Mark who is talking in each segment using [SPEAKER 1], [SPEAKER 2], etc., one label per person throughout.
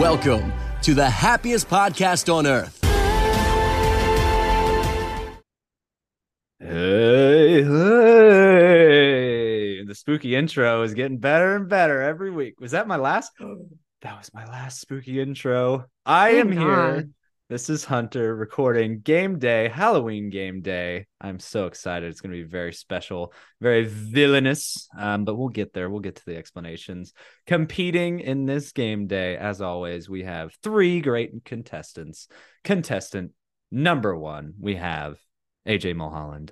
[SPEAKER 1] Welcome to the happiest podcast on earth.
[SPEAKER 2] Hey, hey. And the spooky intro is getting better and better every week. Was that my last? That was my last spooky intro. I
[SPEAKER 3] Good
[SPEAKER 2] am here.
[SPEAKER 3] God.
[SPEAKER 2] This is Hunter recording game day, Halloween game day. I'm so excited. It's going to be very special, very villainous. Um, but we'll get there. We'll get to the explanations. Competing in this game day, as always, we have three great contestants. Contestant number one, we have AJ Mulholland.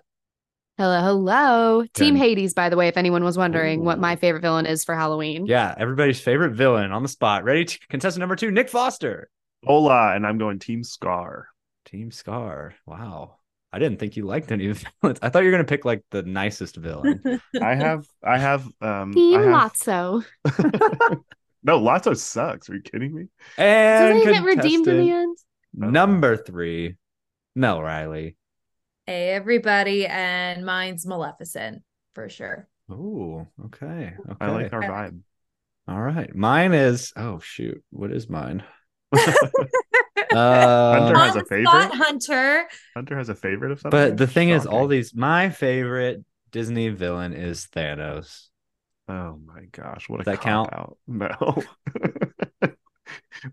[SPEAKER 3] Hello, hello. Team
[SPEAKER 2] Good.
[SPEAKER 3] Hades, by the way, if anyone was wondering what
[SPEAKER 2] Ooh.
[SPEAKER 3] my favorite villain is for Halloween.
[SPEAKER 2] Yeah, everybody's favorite villain on the spot. Ready? To, contestant number two, Nick Foster.
[SPEAKER 4] Hola, and I'm going Team Scar.
[SPEAKER 2] Team Scar. Wow. I didn't think you liked any of the villains. I thought you were gonna pick like the nicest villain.
[SPEAKER 4] I have, I have, um,
[SPEAKER 3] Team
[SPEAKER 4] I have,
[SPEAKER 3] Lotso.
[SPEAKER 4] no, Lotso sucks. Are you kidding me?
[SPEAKER 2] And
[SPEAKER 3] Doesn't he get redeemed in the
[SPEAKER 2] contestant
[SPEAKER 3] end?
[SPEAKER 2] number three, Mel Riley.
[SPEAKER 5] Hey, everybody, and mine's Maleficent for sure.
[SPEAKER 2] Oh, okay. Okay.
[SPEAKER 4] I like our
[SPEAKER 5] Okay.
[SPEAKER 4] vibe.
[SPEAKER 2] All right. Mine is oh shoot. What is mine? Uh,
[SPEAKER 4] Hunter has
[SPEAKER 5] On
[SPEAKER 4] a
[SPEAKER 5] the spot,
[SPEAKER 4] favorite?
[SPEAKER 5] Hunter.
[SPEAKER 4] Hunter has a favorite of something.
[SPEAKER 2] but the thing is, all
[SPEAKER 4] Shocking.
[SPEAKER 2] these my favorite Disney villain is Thanos.
[SPEAKER 4] Oh my gosh, what a
[SPEAKER 2] Does that
[SPEAKER 4] cop
[SPEAKER 2] count?
[SPEAKER 4] out. No,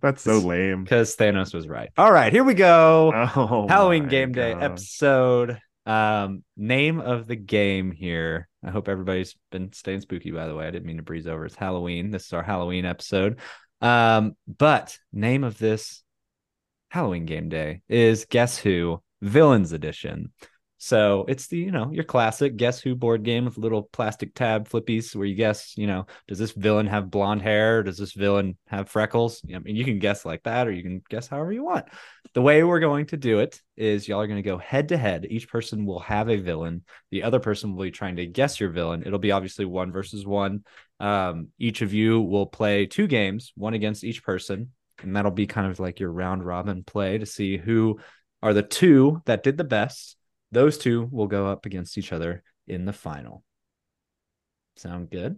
[SPEAKER 4] that's so
[SPEAKER 2] It's-
[SPEAKER 4] lame.
[SPEAKER 2] Because Thanos was right. All right, here we go.
[SPEAKER 4] Oh,
[SPEAKER 2] Halloween
[SPEAKER 4] my
[SPEAKER 2] game day
[SPEAKER 4] gosh.
[SPEAKER 2] episode. Um, name of the game here. I hope everybody's been staying spooky, by the way. I didn't mean to breeze over. It's Halloween. This is our Halloween episode. Um, but name of this Halloween game day is Guess Who Villains Edition. So it's the, you know, your classic guess who board game with little plastic tab flippies where you guess, you know, does this villain have blonde hair? Does this villain have freckles? I mean, you can guess like that or you can guess however you want. The way we're going to do it is y'all are going to go head to head. Each person will have a villain. The other person will be trying to guess your villain. It'll be obviously one versus one. Um, each of you will play two games, one against each person. And that'll be kind of like your round robin play to see who are the two that did the best. Those two will go up against each other in the final. Sound good?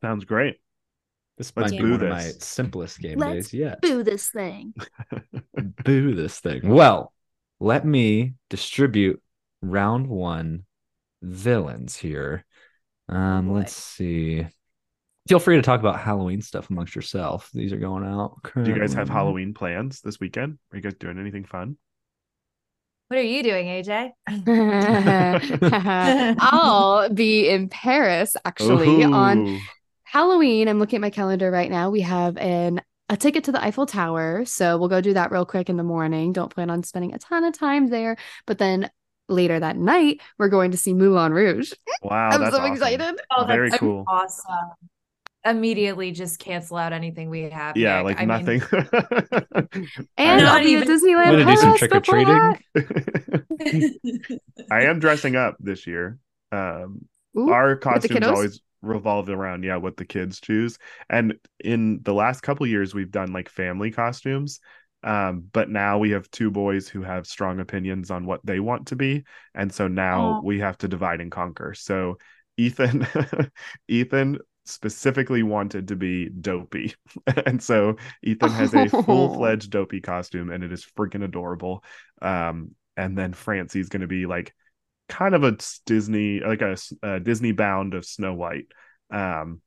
[SPEAKER 4] sounds great.
[SPEAKER 2] This
[SPEAKER 4] Let's
[SPEAKER 2] might be
[SPEAKER 4] boo
[SPEAKER 2] one of my
[SPEAKER 4] this.
[SPEAKER 2] simplest game
[SPEAKER 3] Let's
[SPEAKER 2] days yet.
[SPEAKER 3] Boo this thing.
[SPEAKER 2] boo this thing. Well, let me distribute round one villains here. Um,
[SPEAKER 5] boy.
[SPEAKER 2] let's see. Feel free to talk about Halloween stuff amongst yourself. These are going out.
[SPEAKER 4] Do you guys have
[SPEAKER 2] currently.
[SPEAKER 4] Halloween plans this weekend? Are you guys doing anything fun?
[SPEAKER 5] What are you doing, AJ?
[SPEAKER 3] I'll be in Paris actually on
[SPEAKER 4] Ooh.
[SPEAKER 3] Halloween. I'm looking at my calendar right now. We have an a ticket to the Eiffel Tower, so we'll go do that real quick in the morning. Don't plan on spending a ton of time there, but then later that night we're going to see Moulin Rouge.
[SPEAKER 2] Oh,
[SPEAKER 4] Wow,
[SPEAKER 3] I'm
[SPEAKER 4] that's
[SPEAKER 3] so
[SPEAKER 4] awesome.
[SPEAKER 3] excited.
[SPEAKER 5] Oh,
[SPEAKER 4] Very
[SPEAKER 5] that's
[SPEAKER 4] cool.
[SPEAKER 5] Awesome. Immediately just cancel out anything we have.
[SPEAKER 4] Yeah,
[SPEAKER 5] Nick.
[SPEAKER 4] like
[SPEAKER 5] I mean,
[SPEAKER 4] nothing.
[SPEAKER 3] And
[SPEAKER 5] Not
[SPEAKER 3] I'll be at
[SPEAKER 5] even-
[SPEAKER 3] Disneyland.
[SPEAKER 2] I'm gonna do some
[SPEAKER 3] Paris
[SPEAKER 2] trick or
[SPEAKER 3] before
[SPEAKER 2] treating.
[SPEAKER 3] that.
[SPEAKER 4] I am dressing up this year. Um,
[SPEAKER 3] Ooh,
[SPEAKER 4] our
[SPEAKER 3] the
[SPEAKER 4] costumes
[SPEAKER 3] kiddos?
[SPEAKER 4] always revolved around yeah what the kids choose and in the last couple years we've done like family costumes um but now we have two boys who have strong opinions on what they want to be and so now
[SPEAKER 5] Aw.
[SPEAKER 4] we have to divide and conquer so ethan ethan specifically wanted to be dopey and so ethan has a full-fledged dopey costume and it is freaking adorable um and then francie's going to be like kind of a s- Disney, like a, s- a Disney bound of Snow White. Um,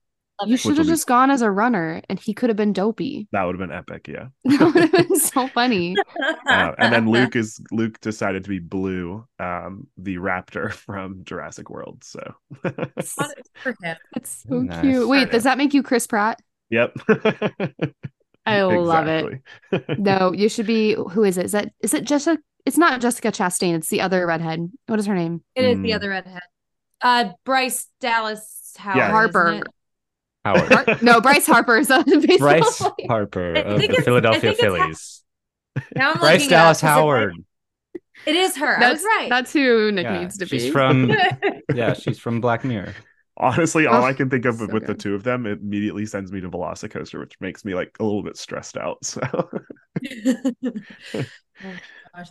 [SPEAKER 3] You
[SPEAKER 5] Which
[SPEAKER 3] should
[SPEAKER 4] will
[SPEAKER 3] have
[SPEAKER 4] be-
[SPEAKER 3] just gone as a runner, and he could have been dopey.
[SPEAKER 4] that would have been epic, yeah.
[SPEAKER 3] That would have been so funny.
[SPEAKER 4] Uh, and then Luke is Luke decided to be Blue, um, the raptor from Jurassic World. So,
[SPEAKER 3] It's
[SPEAKER 5] Not for him.
[SPEAKER 3] so
[SPEAKER 2] Nice.
[SPEAKER 3] cute. Wait, does that make you Chris Pratt?
[SPEAKER 4] yep,
[SPEAKER 3] I love it.
[SPEAKER 4] Exactly.
[SPEAKER 3] No, you should be. Who is it? Is that is it Jessica? It's not Jessica Chastain. It's the other redhead. What is her name?
[SPEAKER 5] It is the
[SPEAKER 4] Mm.
[SPEAKER 5] other redhead. Uh, Bryce Dallas Howard.
[SPEAKER 4] Yeah.
[SPEAKER 5] isn't
[SPEAKER 3] Harper.
[SPEAKER 5] it?
[SPEAKER 2] Howard.
[SPEAKER 3] Har- no, Bryce Harper is the baseball
[SPEAKER 2] Bryce
[SPEAKER 3] player.
[SPEAKER 2] Harper
[SPEAKER 5] I
[SPEAKER 2] of
[SPEAKER 5] think
[SPEAKER 2] the
[SPEAKER 5] it's-
[SPEAKER 2] Philadelphia
[SPEAKER 5] I think it's
[SPEAKER 2] Phillies.
[SPEAKER 5] Now I'm
[SPEAKER 2] Bryce
[SPEAKER 5] looking it up
[SPEAKER 2] Dallas
[SPEAKER 5] 'cause it-
[SPEAKER 2] Howard.
[SPEAKER 5] It is her. I was
[SPEAKER 3] That's
[SPEAKER 5] right.
[SPEAKER 3] That's who Nick
[SPEAKER 2] Yeah,
[SPEAKER 3] needs to
[SPEAKER 2] she's
[SPEAKER 3] be.
[SPEAKER 2] from yeah, she's from Black Mirror.
[SPEAKER 4] Honestly, all
[SPEAKER 3] Oh,
[SPEAKER 4] I can think of
[SPEAKER 3] so
[SPEAKER 4] with the
[SPEAKER 3] good.
[SPEAKER 4] two of them it immediately sends me to Velocicoaster, which makes me like a little bit stressed out. So,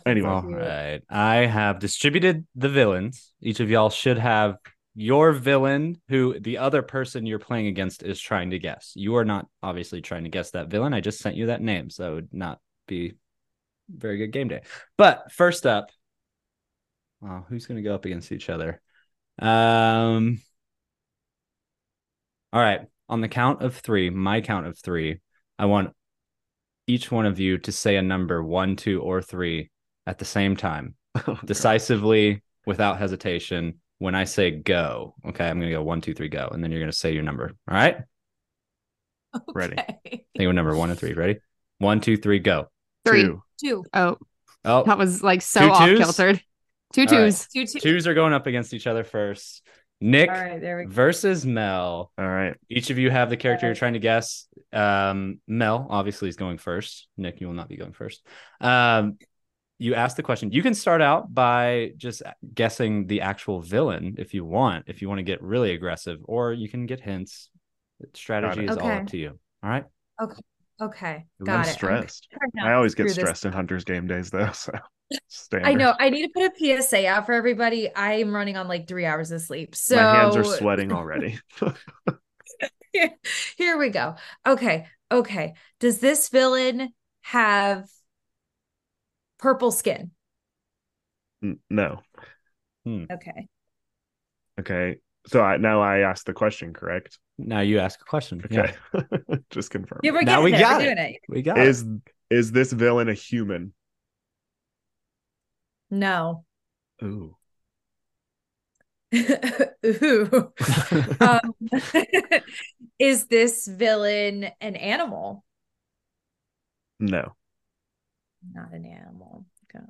[SPEAKER 4] Anyway.
[SPEAKER 5] Oh,
[SPEAKER 2] All right. I have distributed the villains. Each of y'all should have your villain who the other person you're playing against is trying to guess. You are not obviously trying to guess that villain. I just sent you that name, so it would not be very good game day. But first up, wow, who's going to go up against each other? Um All right, on the count of 3, my count of 3, I want each one of you to say a number 1, 2 or 3 at the same time,
[SPEAKER 4] Oh,
[SPEAKER 2] decisively without hesitation. When I say go, okay, I'm gonna go one, two, three, go, and then you're gonna say your number. All right,
[SPEAKER 4] Ready.
[SPEAKER 5] Okay.
[SPEAKER 2] think of number one and three. Ready? One, two, three, go.
[SPEAKER 3] Three.
[SPEAKER 4] Two.
[SPEAKER 5] Two.
[SPEAKER 3] Oh,
[SPEAKER 2] Oh,
[SPEAKER 3] that was like
[SPEAKER 2] Two
[SPEAKER 3] so
[SPEAKER 2] twos?
[SPEAKER 3] off kiltered. Two
[SPEAKER 2] All right.
[SPEAKER 3] twos.
[SPEAKER 5] Two, two.
[SPEAKER 2] twos are going up against each other first. Nick
[SPEAKER 5] All right, there we go.
[SPEAKER 2] versus Mel.
[SPEAKER 4] All right.
[SPEAKER 2] Each of you have the character you're
[SPEAKER 5] Okay.
[SPEAKER 2] trying to guess. Um, Mel obviously is going first. Nick, you will not be going first. Um, you ask the question. You can start out by just guessing the actual villain if you want, if you want to get really aggressive, or you can get hints. Strategy
[SPEAKER 4] it.
[SPEAKER 2] is all
[SPEAKER 5] Okay.
[SPEAKER 2] up to you. All right.
[SPEAKER 5] Okay,
[SPEAKER 4] Ooh, I'm
[SPEAKER 5] got it. I'm
[SPEAKER 4] stressed.
[SPEAKER 5] gonna try
[SPEAKER 4] I
[SPEAKER 5] not
[SPEAKER 4] always
[SPEAKER 5] to
[SPEAKER 4] get
[SPEAKER 5] screw this
[SPEAKER 4] stressed in Hunter's game days though. So standard.
[SPEAKER 5] I know. I need to put a PSA out for everybody. I'm running on like three hours of sleep. So
[SPEAKER 4] My hands are sweating already.
[SPEAKER 5] Here we go. Okay. Okay. Does this villain have purple skin?
[SPEAKER 4] N- no.
[SPEAKER 5] Okay.
[SPEAKER 4] Okay. So I now I asked the question, correct?
[SPEAKER 2] Now you ask a question. Yeah,
[SPEAKER 4] Okay. Just confirm.
[SPEAKER 5] Yeah, we're
[SPEAKER 2] Now we
[SPEAKER 5] getting it.
[SPEAKER 2] got
[SPEAKER 5] we're
[SPEAKER 2] it.
[SPEAKER 5] doing it.
[SPEAKER 2] we got it.
[SPEAKER 4] Is is this villain a human?
[SPEAKER 5] No.
[SPEAKER 4] Ooh.
[SPEAKER 5] Ooh. um, is this villain an animal?
[SPEAKER 4] No.
[SPEAKER 5] Not an animal. God.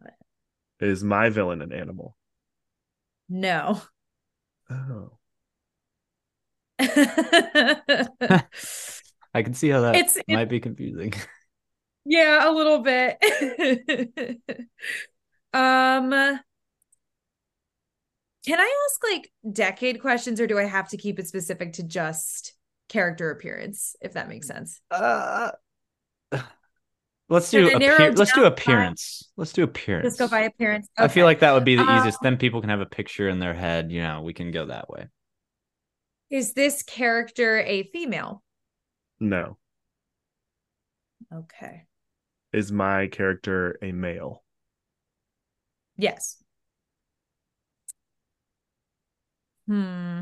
[SPEAKER 4] Is my villain an animal?
[SPEAKER 5] No.
[SPEAKER 4] Oh.
[SPEAKER 5] it's
[SPEAKER 2] I can see how that might be confusing.
[SPEAKER 5] Yeah, a little bit. um, can I ask like decade questions or do I have to keep it specific to just character appearance, if that makes sense?
[SPEAKER 2] Uh, let's
[SPEAKER 5] So
[SPEAKER 2] do
[SPEAKER 5] to narrow
[SPEAKER 2] appear- let's do
[SPEAKER 5] down by-
[SPEAKER 2] appearance. Let's do appearance.
[SPEAKER 5] Just go by appearance.
[SPEAKER 2] I feel
[SPEAKER 5] Okay.
[SPEAKER 2] like that would be the
[SPEAKER 5] Um,
[SPEAKER 2] easiest. Then people can have a picture in their head. You know, we can go that way.
[SPEAKER 5] is this character a female?
[SPEAKER 4] No.
[SPEAKER 5] Okay.
[SPEAKER 4] Is my character a male?
[SPEAKER 5] Yes. Hmm.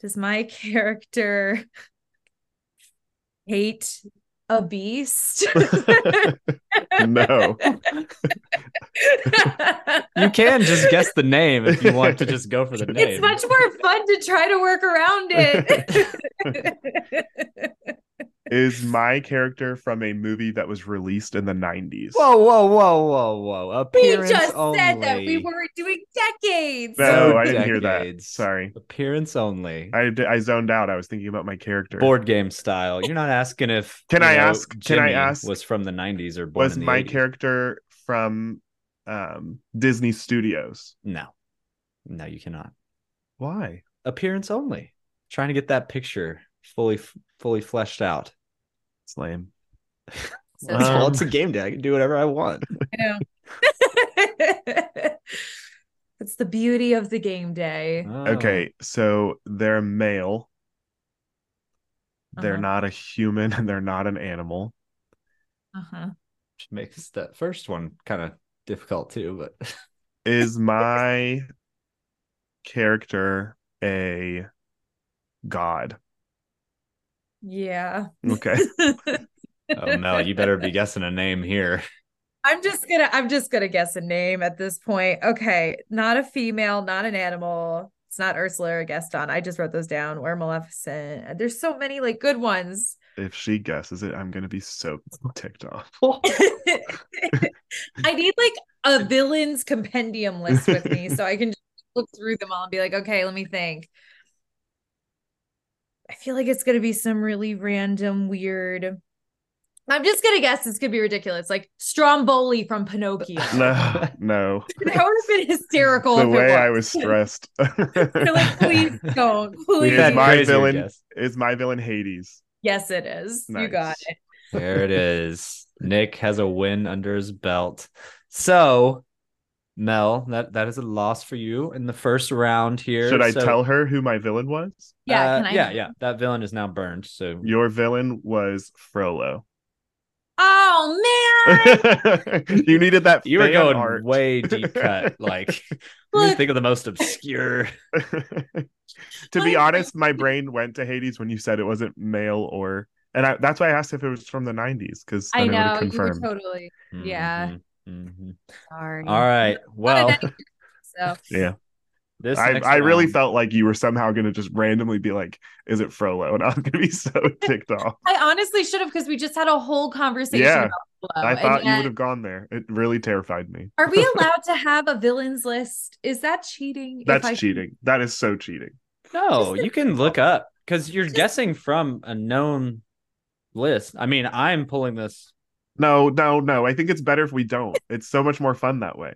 [SPEAKER 5] Does my character hate a beast?
[SPEAKER 4] No.
[SPEAKER 2] You can just guess the name if you want to just go for the name.
[SPEAKER 5] It's much more fun to try to work around it.
[SPEAKER 4] Is my character from a movie that was released in the 90s?
[SPEAKER 2] whoa, whoa, whoa, whoa, whoa!
[SPEAKER 5] we
[SPEAKER 2] Appearance
[SPEAKER 5] just
[SPEAKER 2] only.
[SPEAKER 5] said that we weren't doing decades.
[SPEAKER 4] No,
[SPEAKER 2] No
[SPEAKER 4] I didn't hear that.
[SPEAKER 2] decades.
[SPEAKER 4] Sorry.
[SPEAKER 2] appearance only.
[SPEAKER 4] I, d- I zoned out. I was thinking about my character.
[SPEAKER 2] Board game style. You're not asking if.
[SPEAKER 4] Can
[SPEAKER 2] you
[SPEAKER 4] I
[SPEAKER 2] know,
[SPEAKER 4] ask- can I
[SPEAKER 2] Jimmy
[SPEAKER 4] ask-
[SPEAKER 2] Was from the 90s or born
[SPEAKER 4] was
[SPEAKER 2] in the
[SPEAKER 4] my
[SPEAKER 2] 80s?
[SPEAKER 4] character from um, Disney Studios?
[SPEAKER 2] No, no, you cannot.
[SPEAKER 4] Why?
[SPEAKER 2] appearance only trying to get that picture fully fully fleshed out
[SPEAKER 4] It's lame.
[SPEAKER 5] So
[SPEAKER 4] Um,
[SPEAKER 2] well it's a game day i can do whatever i want
[SPEAKER 5] That's the beauty of the game day.
[SPEAKER 2] Oh.
[SPEAKER 4] Okay, so they're male. They're
[SPEAKER 5] Uh-huh.
[SPEAKER 4] not a human and they're not an animal.
[SPEAKER 5] Uh-huh.
[SPEAKER 2] which makes that first one kind of difficult too but
[SPEAKER 4] Is my character a god?
[SPEAKER 5] Yeah.
[SPEAKER 4] Okay.
[SPEAKER 2] oh mel you better be guessing a name here
[SPEAKER 5] I'm just gonna I'm just gonna guess a name at this point. Okay, not a female, not an animal. It's not Ursula or Gaston. I just wrote those down. Or Maleficent. There's so many like good ones.
[SPEAKER 4] If she guesses it, I'm gonna be so ticked off.
[SPEAKER 5] I need like a villains compendium list with me so I can just look through them all and be like, okay, let me think. I feel like it's gonna be some really random, weird. I'm just gonna guess it's gonna be ridiculous, like Stromboli from Pinocchio.
[SPEAKER 4] No, no.
[SPEAKER 5] That would have been hysterical.
[SPEAKER 4] the
[SPEAKER 5] if it
[SPEAKER 4] way I was
[SPEAKER 5] was.
[SPEAKER 4] stressed.
[SPEAKER 5] You're like, please don't,
[SPEAKER 4] We've
[SPEAKER 5] please.
[SPEAKER 4] had my
[SPEAKER 2] Crazier
[SPEAKER 4] villain.
[SPEAKER 2] guess.
[SPEAKER 4] Is my villain Hades?
[SPEAKER 5] yes, it is. You
[SPEAKER 4] Nice.
[SPEAKER 5] got it.
[SPEAKER 2] there it is nick has a win under his belt so Mel, that that is a loss for you in the first round here.
[SPEAKER 4] Should I
[SPEAKER 2] So,
[SPEAKER 4] tell her who my villain was?
[SPEAKER 5] Yeah,
[SPEAKER 2] uh,
[SPEAKER 5] can I?
[SPEAKER 2] yeah, yeah. That villain is now burned. So
[SPEAKER 4] Your villain was Frollo.
[SPEAKER 5] Oh man,
[SPEAKER 4] you needed that.
[SPEAKER 2] you were
[SPEAKER 4] fan
[SPEAKER 2] going
[SPEAKER 4] art.
[SPEAKER 2] way deep cut. Like, let me
[SPEAKER 5] Look.
[SPEAKER 2] think of the most obscure.
[SPEAKER 4] to be
[SPEAKER 5] Why-
[SPEAKER 4] honest, my brain went to Hades when you said it wasn't male or, and I, that's why I asked if it was from the '90s because
[SPEAKER 5] I
[SPEAKER 4] would
[SPEAKER 5] know
[SPEAKER 4] have
[SPEAKER 5] you were
[SPEAKER 4] confirmed.
[SPEAKER 5] totally Yeah.
[SPEAKER 2] Mhm, mhm.
[SPEAKER 5] sorry.
[SPEAKER 2] All right. Well,
[SPEAKER 5] so
[SPEAKER 4] yeah,
[SPEAKER 2] this
[SPEAKER 4] I,
[SPEAKER 2] next
[SPEAKER 4] I really
[SPEAKER 2] round-
[SPEAKER 4] felt like you were somehow going to just randomly be like, "Is it Frollo?" And I'm going to be so ticked off.
[SPEAKER 5] I honestly should have because we just had a whole conversation.
[SPEAKER 4] Yeah.
[SPEAKER 5] about
[SPEAKER 4] I
[SPEAKER 5] Willow, Oh, and
[SPEAKER 4] thought you
[SPEAKER 5] yet-
[SPEAKER 4] would have gone there. It really terrified me.
[SPEAKER 5] Are we allowed to have a villains list? Is that cheating? if
[SPEAKER 4] That's
[SPEAKER 5] I-
[SPEAKER 4] cheating. That is so cheating.
[SPEAKER 2] No,
[SPEAKER 5] Just-
[SPEAKER 2] you can look up because you're guessing from a known list. I mean, I'm pulling this.
[SPEAKER 4] No, no, no. I think it's better if we don't. It's so much more fun that way.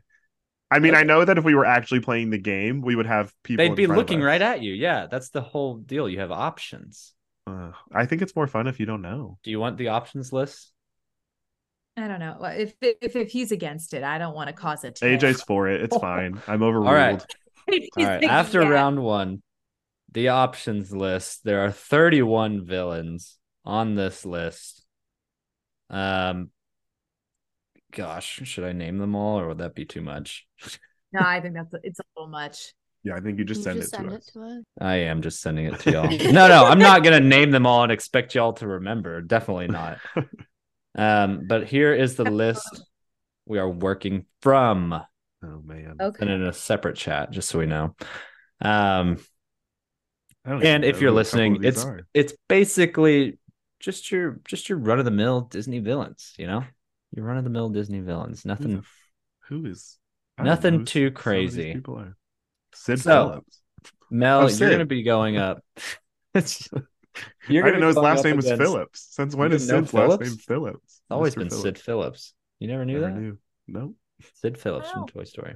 [SPEAKER 4] I mean, I know that if we were actually playing the game, we would have people.
[SPEAKER 2] They'd
[SPEAKER 4] in
[SPEAKER 2] be
[SPEAKER 4] front of
[SPEAKER 2] looking
[SPEAKER 4] us.
[SPEAKER 2] right at you. Yeah, that's the whole deal. You have options.
[SPEAKER 4] Uh, I think it's more fun if you don't know.
[SPEAKER 2] Do you want the options list?
[SPEAKER 5] I don't know. Well, If if if he's against it, I don't want to cause it.
[SPEAKER 4] AJ's for it. It's fine. I'm overruled.
[SPEAKER 2] All right. All right. After round one, the options list. There are 31 villains on this list. Um, gosh, should I name them all, or would that be too much?
[SPEAKER 5] No, I think that's it's a little much.
[SPEAKER 4] Yeah, I think you just
[SPEAKER 3] Can
[SPEAKER 4] send
[SPEAKER 3] you
[SPEAKER 4] it to us.
[SPEAKER 3] to us.
[SPEAKER 2] I am just sending it to y'all. no, no, I'm not gonna name them all and expect y'all to remember. Definitely not. Um, but here is the list we are working from.
[SPEAKER 4] Oh man.
[SPEAKER 5] Okay.
[SPEAKER 2] and in a separate chat, just so we know. Um,
[SPEAKER 4] I don't even
[SPEAKER 2] and
[SPEAKER 4] know
[SPEAKER 2] if
[SPEAKER 4] who a
[SPEAKER 2] you're
[SPEAKER 4] couple
[SPEAKER 2] listening,
[SPEAKER 4] of these
[SPEAKER 2] it's
[SPEAKER 4] are.
[SPEAKER 2] it's basically just your just your run of the mill Disney villains, you know, your run of the mill Disney villains.
[SPEAKER 4] Who the
[SPEAKER 2] Nothing.
[SPEAKER 4] f- who is I don't
[SPEAKER 2] nothing
[SPEAKER 4] know who
[SPEAKER 2] too
[SPEAKER 4] some of these
[SPEAKER 2] crazy.
[SPEAKER 4] people are. Sid
[SPEAKER 2] So,
[SPEAKER 4] Phillips.
[SPEAKER 2] Mel,
[SPEAKER 4] Oh,
[SPEAKER 2] you're
[SPEAKER 4] Sid.
[SPEAKER 2] gonna be going up. It's-
[SPEAKER 4] I
[SPEAKER 2] you're gonna
[SPEAKER 4] didn't
[SPEAKER 2] be
[SPEAKER 4] know his
[SPEAKER 2] going
[SPEAKER 4] last
[SPEAKER 2] up
[SPEAKER 4] name was
[SPEAKER 2] against-
[SPEAKER 4] Phillips. Since when
[SPEAKER 2] You
[SPEAKER 4] is
[SPEAKER 2] didn't know
[SPEAKER 4] Sid's last
[SPEAKER 2] Phillips?
[SPEAKER 4] name Phillips?
[SPEAKER 2] It's always
[SPEAKER 4] Mr.
[SPEAKER 2] been Sid
[SPEAKER 4] Phillips.
[SPEAKER 2] Phillips. You never knew
[SPEAKER 4] Never
[SPEAKER 2] that.
[SPEAKER 4] knew. No.
[SPEAKER 2] Sid Phillips
[SPEAKER 5] Wow.
[SPEAKER 2] from Toy Story.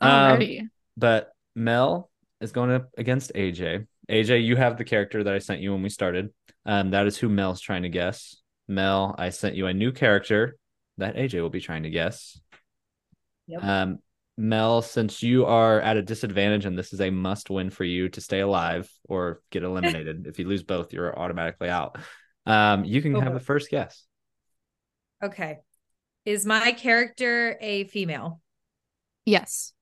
[SPEAKER 2] Um,
[SPEAKER 6] Alrighty.
[SPEAKER 2] but Mel is going up against AJ. AJ, you have the character that I sent you when we started. Um, that is who Mel's trying to guess. Mel, I sent you a new character that AJ will be trying to guess.
[SPEAKER 5] Yep.
[SPEAKER 2] Um, Mel, since you are at a disadvantage and this is a must win for you to stay alive or get eliminated, if you lose both, you're automatically out. Um, you can
[SPEAKER 5] Oh,
[SPEAKER 2] have
[SPEAKER 5] boy.
[SPEAKER 2] the first guess.
[SPEAKER 5] Okay. Is my character a female?
[SPEAKER 3] Yes.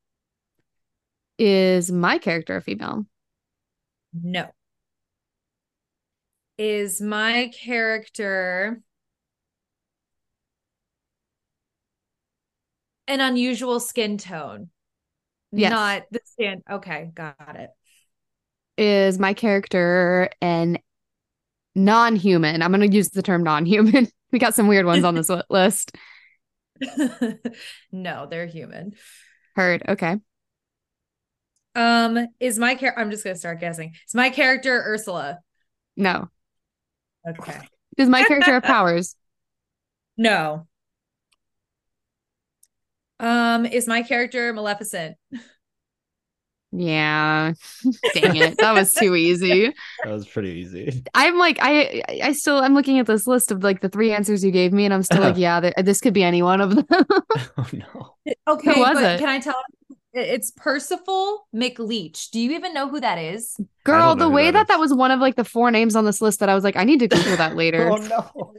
[SPEAKER 3] Is my character a female?
[SPEAKER 5] No. Is my character an unusual skin tone?
[SPEAKER 3] Yes.
[SPEAKER 5] Not the stand. Okay, got it.
[SPEAKER 3] Is my character an non human? I'm going to use the term non human. We got some weird ones on this li- list.
[SPEAKER 5] no, they're human.
[SPEAKER 3] Heard. Okay.
[SPEAKER 5] Um, is my character? I'm just gonna start guessing. Is my character Ursula?
[SPEAKER 3] No.
[SPEAKER 5] Okay.
[SPEAKER 3] Does my character have powers?
[SPEAKER 5] No. Um, is my character Maleficent?
[SPEAKER 3] Yeah. Dang it. That was too easy.
[SPEAKER 2] That was pretty easy.
[SPEAKER 3] I'm like, I, I- I still, I'm looking at this list of like the three answers you gave me, and I'm still like, yeah, th- this could be any one of them.
[SPEAKER 2] oh, no.
[SPEAKER 5] Okay,
[SPEAKER 3] was
[SPEAKER 5] but
[SPEAKER 3] it?
[SPEAKER 5] can I tell? it- It's Percival McLeach. Do you even know who that is?
[SPEAKER 3] Girl,
[SPEAKER 4] don't know
[SPEAKER 3] the
[SPEAKER 4] who
[SPEAKER 3] way
[SPEAKER 4] that
[SPEAKER 3] that that,
[SPEAKER 4] is.
[SPEAKER 3] was one of like the four names on this list that I was like, I need to Google that later.
[SPEAKER 2] no.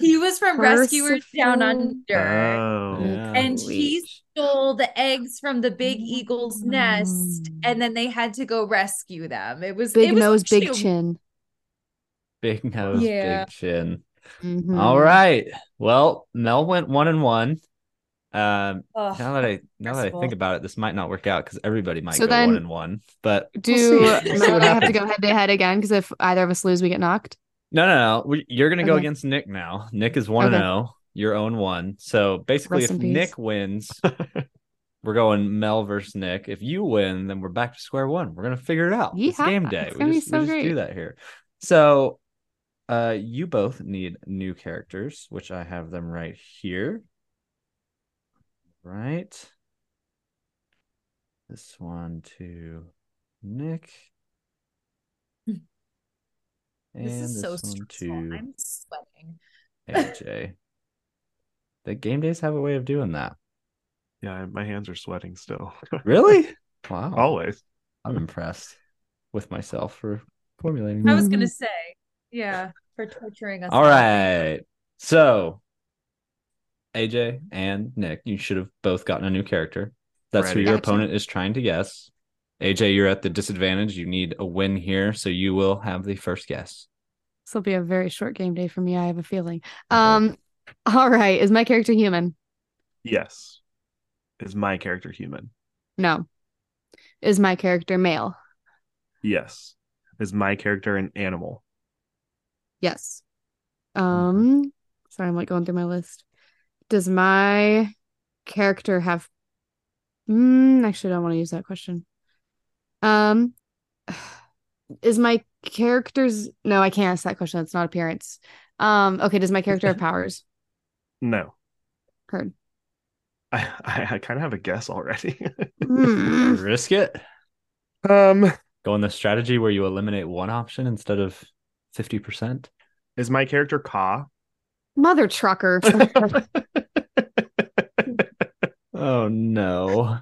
[SPEAKER 5] He was from Rescuers Down
[SPEAKER 3] Percival.
[SPEAKER 2] Uh.
[SPEAKER 5] Under.
[SPEAKER 4] Oh.
[SPEAKER 2] Oh,
[SPEAKER 5] And
[SPEAKER 3] Bleach.
[SPEAKER 5] he stole the eggs from the
[SPEAKER 3] Mm.
[SPEAKER 5] big eagle's nest, and then they had to go rescue them. It was
[SPEAKER 3] Big
[SPEAKER 5] it was
[SPEAKER 3] nose, big
[SPEAKER 5] cute.
[SPEAKER 3] chin.
[SPEAKER 2] Big nose,
[SPEAKER 5] Yeah.
[SPEAKER 2] big chin.
[SPEAKER 3] Mhm.
[SPEAKER 2] All right. Well, Mel went one and one. Um,
[SPEAKER 5] Ugh.
[SPEAKER 2] now that I now that I
[SPEAKER 5] Impressive.
[SPEAKER 2] think about it, this might not work out because everybody might
[SPEAKER 3] So
[SPEAKER 2] go
[SPEAKER 3] then-
[SPEAKER 2] one and one. But
[SPEAKER 3] Do
[SPEAKER 2] We'll see. We'll see
[SPEAKER 3] Mel
[SPEAKER 2] what
[SPEAKER 3] and I have to
[SPEAKER 2] happens.
[SPEAKER 3] go head to head again? Because if either of us lose, we get knocked.
[SPEAKER 2] no, no, no. We, you're gonna go
[SPEAKER 3] Okay.
[SPEAKER 2] against Nick now. Nick is one and
[SPEAKER 3] Okay.
[SPEAKER 2] zero. Your own one. So basically,
[SPEAKER 3] Rest
[SPEAKER 2] if
[SPEAKER 3] in peace.
[SPEAKER 2] Nick wins, we're going Mel versus Nick. If you win, then we're back to square one. We're gonna figure it out. It's
[SPEAKER 3] Yeehaw.
[SPEAKER 2] game day.
[SPEAKER 3] It's
[SPEAKER 2] we
[SPEAKER 3] gonna be
[SPEAKER 2] just, we
[SPEAKER 3] so
[SPEAKER 2] just do
[SPEAKER 3] great.
[SPEAKER 2] that here. So, uh, you both need new characters, which I have them right here. Right. This one to Nick.
[SPEAKER 5] This
[SPEAKER 2] And
[SPEAKER 5] This is so
[SPEAKER 2] one
[SPEAKER 5] stressful. I'm sweating.
[SPEAKER 2] AJ. the game days have a way of doing that.
[SPEAKER 4] Yeah, my hands are sweating still.
[SPEAKER 2] Really? Wow.
[SPEAKER 4] Always.
[SPEAKER 2] I'm impressed with myself for formulating.
[SPEAKER 5] I
[SPEAKER 2] that.
[SPEAKER 5] was gonna
[SPEAKER 3] Mhm.
[SPEAKER 5] say, yeah, for torturing us.
[SPEAKER 2] All right. So, AJ and Nick, you should have both gotten a new character. That's
[SPEAKER 4] Ready.
[SPEAKER 2] who your
[SPEAKER 3] Gotcha.
[SPEAKER 2] opponent is trying to guess. AJ, you're at the disadvantage. You need a win here, so you will have the first guess.
[SPEAKER 3] This will be a very short game day for me. I have a feeling.
[SPEAKER 2] I
[SPEAKER 3] Um, all right. Is my character human?
[SPEAKER 4] Yes. Is my character human?
[SPEAKER 3] No. Is my character male?
[SPEAKER 4] Yes. Is my character an animal?
[SPEAKER 3] Yes.
[SPEAKER 2] Mm-hmm.
[SPEAKER 3] Um, sorry, I'm like going through my list. Does my character have? Mm, actually, I don't want to use that question. Um, is my character's? No, I can't ask that question. That's not appearance. Um, okay. Does my character have powers?
[SPEAKER 4] No.
[SPEAKER 3] Heard.
[SPEAKER 4] I I, I kind of have a guess already.
[SPEAKER 3] Hmm.
[SPEAKER 5] Mm.
[SPEAKER 2] Risk it.
[SPEAKER 4] um,
[SPEAKER 2] Go on the strategy where you eliminate one option instead of 50%.
[SPEAKER 4] is my character Ka?
[SPEAKER 3] Mother trucker.
[SPEAKER 2] Oh, no.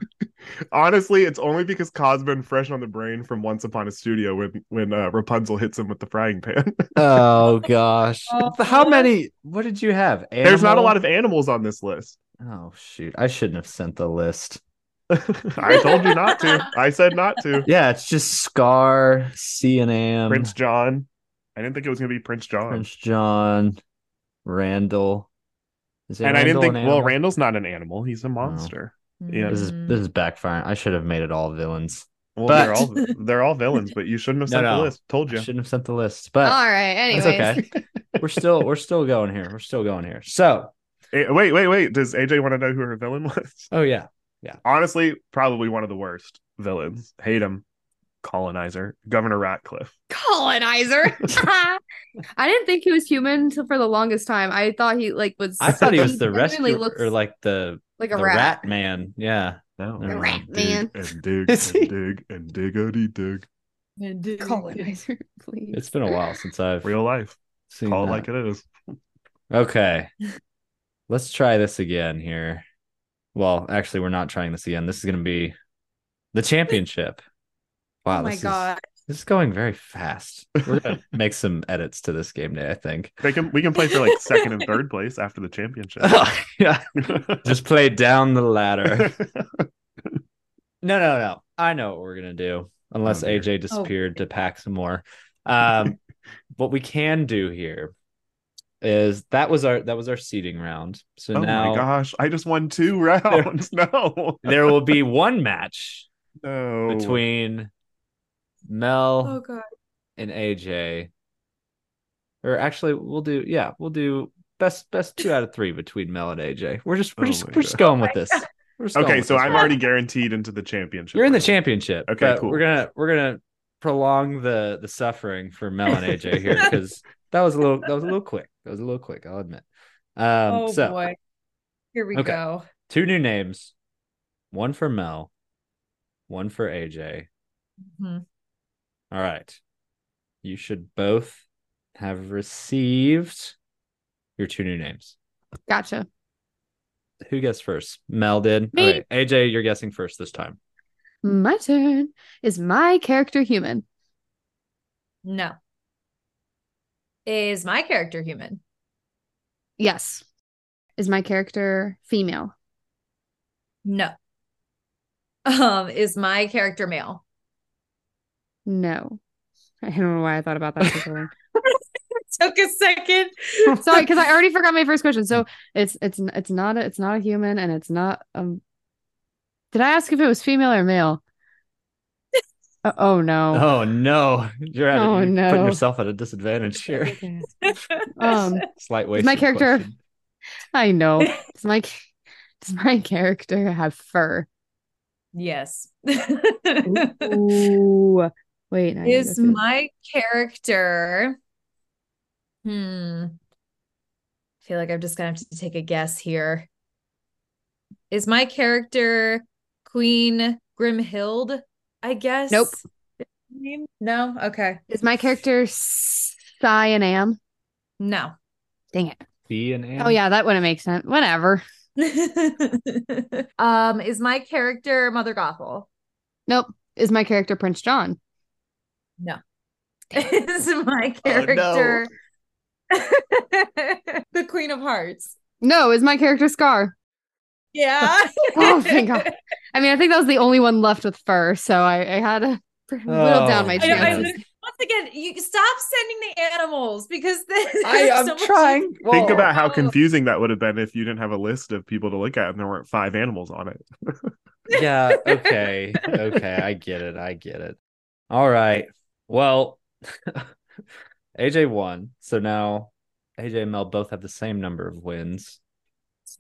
[SPEAKER 4] Honestly, it's only because Ka's been fresh on the brain from Once Upon a Studio when when uh, Rapunzel hits him with the frying pan.
[SPEAKER 2] oh, gosh.
[SPEAKER 5] Oh.
[SPEAKER 2] How many? What did you have?
[SPEAKER 4] There's not a
[SPEAKER 2] Animal?
[SPEAKER 4] lot of animals on this list.
[SPEAKER 2] Oh, shoot. I shouldn't have sent the list.
[SPEAKER 4] I told you not to. I said not to.
[SPEAKER 2] Yeah, it's just Scar, C and M,
[SPEAKER 4] Prince John. I didn't think it was gonna be Prince John.
[SPEAKER 2] Um, Prince John, Randall. Is it
[SPEAKER 4] and I didn't
[SPEAKER 2] Randall
[SPEAKER 4] think
[SPEAKER 2] an
[SPEAKER 4] well,
[SPEAKER 2] animal?
[SPEAKER 4] Randall's not an animal, he's a monster. Yeah.
[SPEAKER 2] This is
[SPEAKER 3] Mm.
[SPEAKER 5] Mm.
[SPEAKER 2] this is backfiring. I should have made it all villains.
[SPEAKER 4] Well,
[SPEAKER 2] But-
[SPEAKER 4] they're all they're all villains, but you shouldn't have
[SPEAKER 2] No,
[SPEAKER 4] sent
[SPEAKER 2] no.
[SPEAKER 4] the list. Told
[SPEAKER 2] I
[SPEAKER 4] you.
[SPEAKER 2] shouldn't have sent the list,
[SPEAKER 3] All
[SPEAKER 2] but
[SPEAKER 3] right. Anyways.
[SPEAKER 2] that's okay. we're still we're still going here. We're still going here. So,
[SPEAKER 4] Eh, Wait, wait, wait. Does AJ want to know who her villain was?
[SPEAKER 2] oh yeah,
[SPEAKER 4] Honestly, probably one of the worst villains. Hate him. Colonizer. Governor Ratcliffe.
[SPEAKER 3] colonizer. I didn't think he was human until for the longest time. I thought he like was.
[SPEAKER 2] I thought he was the
[SPEAKER 3] genuinely
[SPEAKER 2] rescuer
[SPEAKER 3] looks
[SPEAKER 2] or like the
[SPEAKER 3] like a
[SPEAKER 2] the
[SPEAKER 3] rat.
[SPEAKER 2] rat. man. Yeah,
[SPEAKER 4] No.
[SPEAKER 2] The
[SPEAKER 3] rat man.
[SPEAKER 4] And dig
[SPEAKER 2] Is he-
[SPEAKER 4] and dig and diggity dig.
[SPEAKER 3] Colonizer, please.
[SPEAKER 2] it's been a while since I've
[SPEAKER 4] Real life.
[SPEAKER 2] seen
[SPEAKER 4] Call it
[SPEAKER 2] that.
[SPEAKER 4] like it is.
[SPEAKER 2] Okay. Let's try this again here. Well, actually, we're not trying this again. This is going to be the championship. Wow,
[SPEAKER 5] oh my
[SPEAKER 2] this
[SPEAKER 5] god.
[SPEAKER 2] is this is going very fast. We're going to make some edits to this game day, I think.
[SPEAKER 4] They can we can play for like second and third place after the championship. Oh
[SPEAKER 2] yeah, just play down the ladder. No, no, no. I know what we're gonna do. Unless
[SPEAKER 4] Oh, dear.
[SPEAKER 2] AJ disappeared to pack some more. Um, what we can do here is that was our that was our seating round. So
[SPEAKER 4] oh
[SPEAKER 2] now
[SPEAKER 4] my gosh. I just won two rounds. no.
[SPEAKER 2] there will be one match
[SPEAKER 4] No.
[SPEAKER 2] between Mel
[SPEAKER 5] Oh god.
[SPEAKER 2] and AJ. Or actually, we'll do yeah, we'll do best best two out of three between Mel and AJ. We're just we're
[SPEAKER 4] Oh
[SPEAKER 2] just
[SPEAKER 4] my
[SPEAKER 2] we're just going with this. We're just going
[SPEAKER 4] Okay,
[SPEAKER 2] with
[SPEAKER 4] so
[SPEAKER 2] this
[SPEAKER 4] I'm
[SPEAKER 2] right
[SPEAKER 4] already
[SPEAKER 2] now.
[SPEAKER 4] guaranteed into the championship.
[SPEAKER 2] you're in the
[SPEAKER 4] round.
[SPEAKER 2] championship.
[SPEAKER 4] Okay,
[SPEAKER 2] but
[SPEAKER 4] cool.
[SPEAKER 2] We're gonna we're gonna prolong the the suffering for Mel and AJ here because that was a little that was a little quick. That was a little quick. I'll admit. Um,
[SPEAKER 5] oh
[SPEAKER 2] so
[SPEAKER 5] boy. Here we
[SPEAKER 2] Okay.
[SPEAKER 5] go.
[SPEAKER 2] two new names, one for Mel, one for AJ.
[SPEAKER 3] Mm-hmm.
[SPEAKER 5] Mhm.
[SPEAKER 2] All right. You should both have received your two new names.
[SPEAKER 3] Gotcha.
[SPEAKER 2] Who guessed first? Mel did.
[SPEAKER 3] Me.
[SPEAKER 2] Okay, AJ, you're guessing first this time.
[SPEAKER 3] My turn. Is my character human?
[SPEAKER 5] No. Is my character human?
[SPEAKER 3] Yes. Is my character female?
[SPEAKER 5] No. Um, is my character male?
[SPEAKER 3] No. I don't know why I thought about that. For so long.
[SPEAKER 5] Took a second.
[SPEAKER 3] Sorry, because I already forgot my first question. So it's it's it's not a, it's not a human, and it's not um. Did I ask if it was female or male? Uh, oh no.
[SPEAKER 2] Oh no. You're at
[SPEAKER 3] Oh,
[SPEAKER 2] a, you're
[SPEAKER 3] no.
[SPEAKER 2] putting yourself at a disadvantage here.
[SPEAKER 3] Um.
[SPEAKER 2] Slight
[SPEAKER 3] Is
[SPEAKER 2] waste.
[SPEAKER 3] my
[SPEAKER 2] of
[SPEAKER 3] character-
[SPEAKER 2] question.
[SPEAKER 3] I know. Does my does my character have fur?
[SPEAKER 5] yes.
[SPEAKER 3] Ooh. Wait, now I gotta go
[SPEAKER 5] is
[SPEAKER 3] through.
[SPEAKER 5] my character hmm i feel like i'm just gonna have to take a guess here is my character queen grimhild i guess
[SPEAKER 3] Nope.
[SPEAKER 5] Name? no okay
[SPEAKER 3] is my character Cyanam?
[SPEAKER 5] no
[SPEAKER 3] Dang it!
[SPEAKER 2] B and A.
[SPEAKER 3] Oh yeah, that wouldn't make sense. Whatever.
[SPEAKER 5] um, is my character Mother Gothel?
[SPEAKER 3] Nope. Is my character Prince John?
[SPEAKER 5] is my
[SPEAKER 4] Oh, no.
[SPEAKER 5] character the Queen of Hearts?
[SPEAKER 3] No. Is my character Scar?
[SPEAKER 5] Yeah.
[SPEAKER 3] Oh, thank God. I mean, I think that was the only one left with fur, so I, I had to whittle down my
[SPEAKER 2] Oh.
[SPEAKER 5] I know, I
[SPEAKER 3] chances.
[SPEAKER 5] literally- once again, you stop sending the animals because this
[SPEAKER 2] I
[SPEAKER 5] there's
[SPEAKER 2] am
[SPEAKER 5] so much-
[SPEAKER 2] trying.
[SPEAKER 4] Think
[SPEAKER 2] Well-
[SPEAKER 4] about how
[SPEAKER 5] Oh.
[SPEAKER 4] confusing that would have been if you didn't have a list of people to look at and there weren't five animals on it.
[SPEAKER 2] yeah okay okay i get it i get it all right well aj won so now aj and mel both have the same number of wins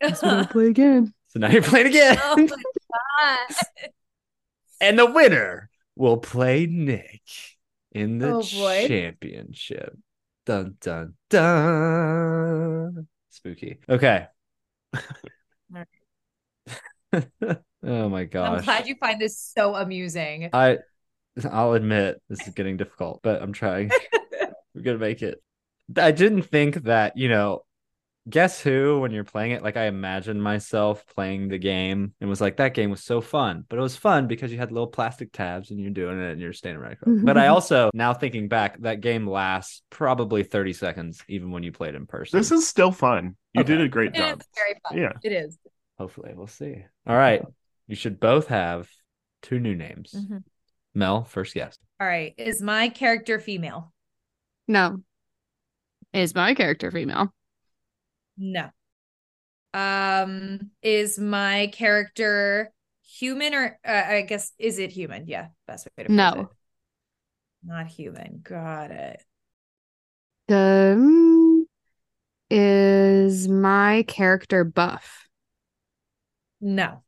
[SPEAKER 3] That's what I'll play again.
[SPEAKER 2] so now you're playing again
[SPEAKER 5] Oh my Oh God.
[SPEAKER 2] and the winner will play nick in the
[SPEAKER 5] Oh, boy.
[SPEAKER 2] championship dun dun dun spooky okay
[SPEAKER 5] All
[SPEAKER 2] oh my gosh
[SPEAKER 5] I'm glad you find this so amusing.
[SPEAKER 2] I I'll admit this is getting difficult, but I'm trying. We're gonna make it. I didn't think that, you know, guess who when you're playing it, like I imagined myself playing the game and was like, that game was so fun. But it was fun because you had little plastic tabs and you're doing it and you're standing right. across. but I also now thinking back, that game lasts probably 30 seconds, even when you play it in person.
[SPEAKER 4] This is still fun. You did
[SPEAKER 2] Okay.
[SPEAKER 4] a great
[SPEAKER 5] It
[SPEAKER 4] job.
[SPEAKER 5] is very fun.
[SPEAKER 4] Yeah.
[SPEAKER 5] It is.
[SPEAKER 2] hopefully we'll see. All right. You should both have two new names.
[SPEAKER 5] Mhm.
[SPEAKER 2] Mel, first guess.
[SPEAKER 5] All right. Is my character female?
[SPEAKER 3] No. Is my character female?
[SPEAKER 5] No. Um, is my character human or uh, I guess is it human? Yeah, best way to phrase
[SPEAKER 3] No.
[SPEAKER 5] it. Not human. Got it.
[SPEAKER 3] Um, is my character buff?
[SPEAKER 5] No.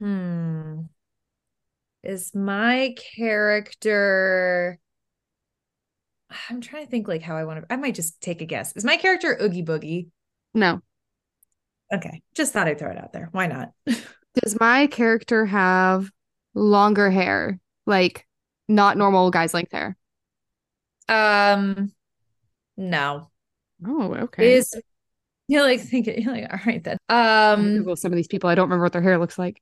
[SPEAKER 5] Hmm. Is my character I'm trying to think like how I want to I might just take a guess. Is my character Oogie Boogie?
[SPEAKER 3] No.
[SPEAKER 5] Okay. Just thought I'd throw it out there. Why not?
[SPEAKER 3] Does my character have longer hair? Like not normal guys length hair.
[SPEAKER 5] Um no.
[SPEAKER 3] Oh, okay.
[SPEAKER 5] Is you're like thinking you're like, all right then.
[SPEAKER 3] I'm gonna
[SPEAKER 5] Um
[SPEAKER 3] Google some of these people. I don't remember what their hair looks like.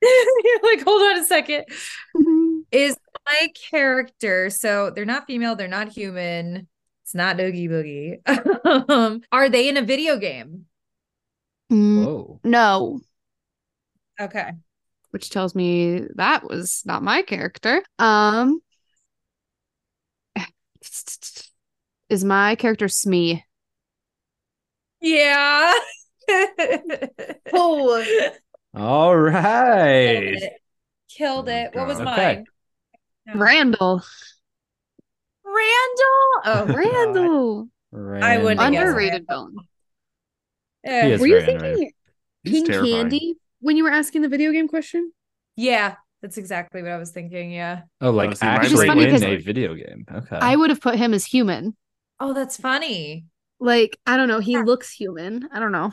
[SPEAKER 5] you're like, hold on a second.
[SPEAKER 3] Mm,
[SPEAKER 5] Is my character so they're not female, they're not human. It's not Oogie Boogie. um, are they in a video game?
[SPEAKER 3] Mm,
[SPEAKER 2] Whoa.
[SPEAKER 3] no,
[SPEAKER 5] Okay.
[SPEAKER 3] which tells me that was not my character. Um, is my character Smee?
[SPEAKER 5] Yeah.
[SPEAKER 3] Oh,
[SPEAKER 2] All
[SPEAKER 5] Killed
[SPEAKER 2] right.
[SPEAKER 5] it. Killed
[SPEAKER 4] Oh,
[SPEAKER 5] it. What was
[SPEAKER 4] God.
[SPEAKER 2] Oh Okay.
[SPEAKER 5] mine? No.
[SPEAKER 3] Randall.
[SPEAKER 5] Randall. Oh,
[SPEAKER 3] Randall.
[SPEAKER 5] I
[SPEAKER 2] Randall.
[SPEAKER 5] wouldn't have guessed
[SPEAKER 3] Underrated villain.
[SPEAKER 5] eh.
[SPEAKER 2] He is
[SPEAKER 3] Were you
[SPEAKER 2] very
[SPEAKER 3] thinking
[SPEAKER 4] He's
[SPEAKER 3] King
[SPEAKER 4] terrifying.
[SPEAKER 3] Candy when you were asking the video game question?
[SPEAKER 5] yeah, that's exactly what I was thinking. Yeah.
[SPEAKER 2] Oh, like
[SPEAKER 4] Oh, see, mine
[SPEAKER 2] actually
[SPEAKER 3] was funny
[SPEAKER 2] in
[SPEAKER 3] 'cause-
[SPEAKER 2] a video game. Okay.
[SPEAKER 3] I would have put him as human.
[SPEAKER 5] Oh, that's funny.
[SPEAKER 3] Like, I don't know. He
[SPEAKER 5] Yeah.
[SPEAKER 3] looks human. I don't know.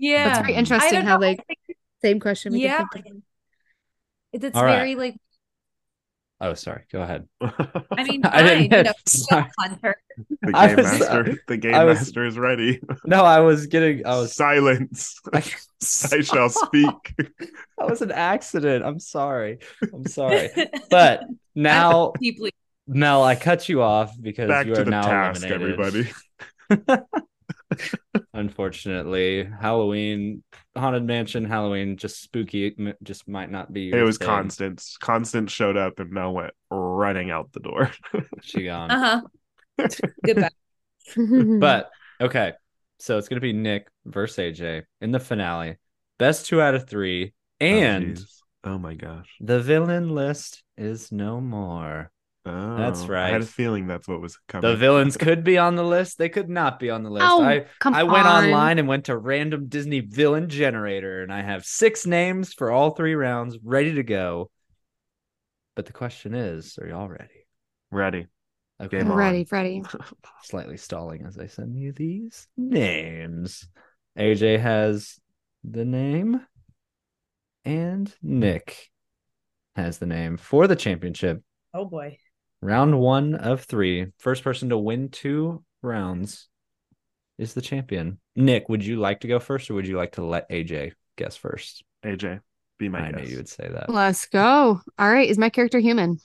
[SPEAKER 5] Yeah.
[SPEAKER 3] It's very
[SPEAKER 2] Mm.
[SPEAKER 5] I
[SPEAKER 3] interesting
[SPEAKER 5] don't
[SPEAKER 3] how,
[SPEAKER 5] know. I
[SPEAKER 3] like,
[SPEAKER 5] think-
[SPEAKER 3] same question. We
[SPEAKER 5] yeah.
[SPEAKER 3] Can think of.
[SPEAKER 5] It- It's
[SPEAKER 2] All right.
[SPEAKER 5] very like
[SPEAKER 2] oh, sorry. Go ahead.
[SPEAKER 5] I mean,
[SPEAKER 2] I didn't-
[SPEAKER 5] fine, you know,
[SPEAKER 2] sorry.
[SPEAKER 5] Hunter.
[SPEAKER 4] the
[SPEAKER 2] I
[SPEAKER 4] game
[SPEAKER 2] was-
[SPEAKER 4] master. the game
[SPEAKER 2] I was-
[SPEAKER 4] master is ready.
[SPEAKER 2] No, I was getting. I was.
[SPEAKER 4] silence.
[SPEAKER 2] I,
[SPEAKER 4] I shall speak.
[SPEAKER 2] That was an accident. I'm sorry. I'm sorry. But now,
[SPEAKER 5] deeply
[SPEAKER 2] Mel, I cut you off because
[SPEAKER 4] Back
[SPEAKER 2] you
[SPEAKER 4] to
[SPEAKER 2] are
[SPEAKER 4] the
[SPEAKER 2] now
[SPEAKER 4] task,
[SPEAKER 2] eliminated.
[SPEAKER 4] everybody.
[SPEAKER 2] Unfortunately, Halloween, haunted mansion, Halloween, just spooky. m- Just might not be.
[SPEAKER 4] It
[SPEAKER 2] your
[SPEAKER 4] was
[SPEAKER 2] thing.
[SPEAKER 4] Constance. Constance showed up and now went running out the door. Oh,
[SPEAKER 2] She gone.
[SPEAKER 5] uh-huh. Goodbye.
[SPEAKER 3] Mm-hmm.
[SPEAKER 2] But okay, so it's gonna be Nick versus AJ in the finale. Best two out of three, and
[SPEAKER 4] oh, jeez. oh my gosh.
[SPEAKER 2] the villain list is no more.
[SPEAKER 4] Oh,
[SPEAKER 2] That's
[SPEAKER 4] I
[SPEAKER 2] right.
[SPEAKER 4] had a feeling that's what was coming.
[SPEAKER 2] The villains could be on the list. They could not be on the list.
[SPEAKER 3] Oh,
[SPEAKER 2] I
[SPEAKER 3] come
[SPEAKER 2] I went
[SPEAKER 3] on.
[SPEAKER 2] online and went to random Disney villain generator, and I have six names for all three rounds ready to go. But the question is, are y'all ready?
[SPEAKER 4] Ready.
[SPEAKER 2] Okay,
[SPEAKER 4] Game
[SPEAKER 3] I'm
[SPEAKER 4] on.
[SPEAKER 3] ready, Freddy.
[SPEAKER 2] slightly stalling as I send you these names. AJ has the name, and Nick has the name for the championship.
[SPEAKER 5] Oh boy.
[SPEAKER 2] Round one of three. First person to win two rounds is the champion. Nick, would you like to go first or would you like to let AJ guess first?
[SPEAKER 4] AJ, be my
[SPEAKER 2] I
[SPEAKER 4] guest.
[SPEAKER 2] knew you would say that.
[SPEAKER 3] Let's go. All right. Is my character human?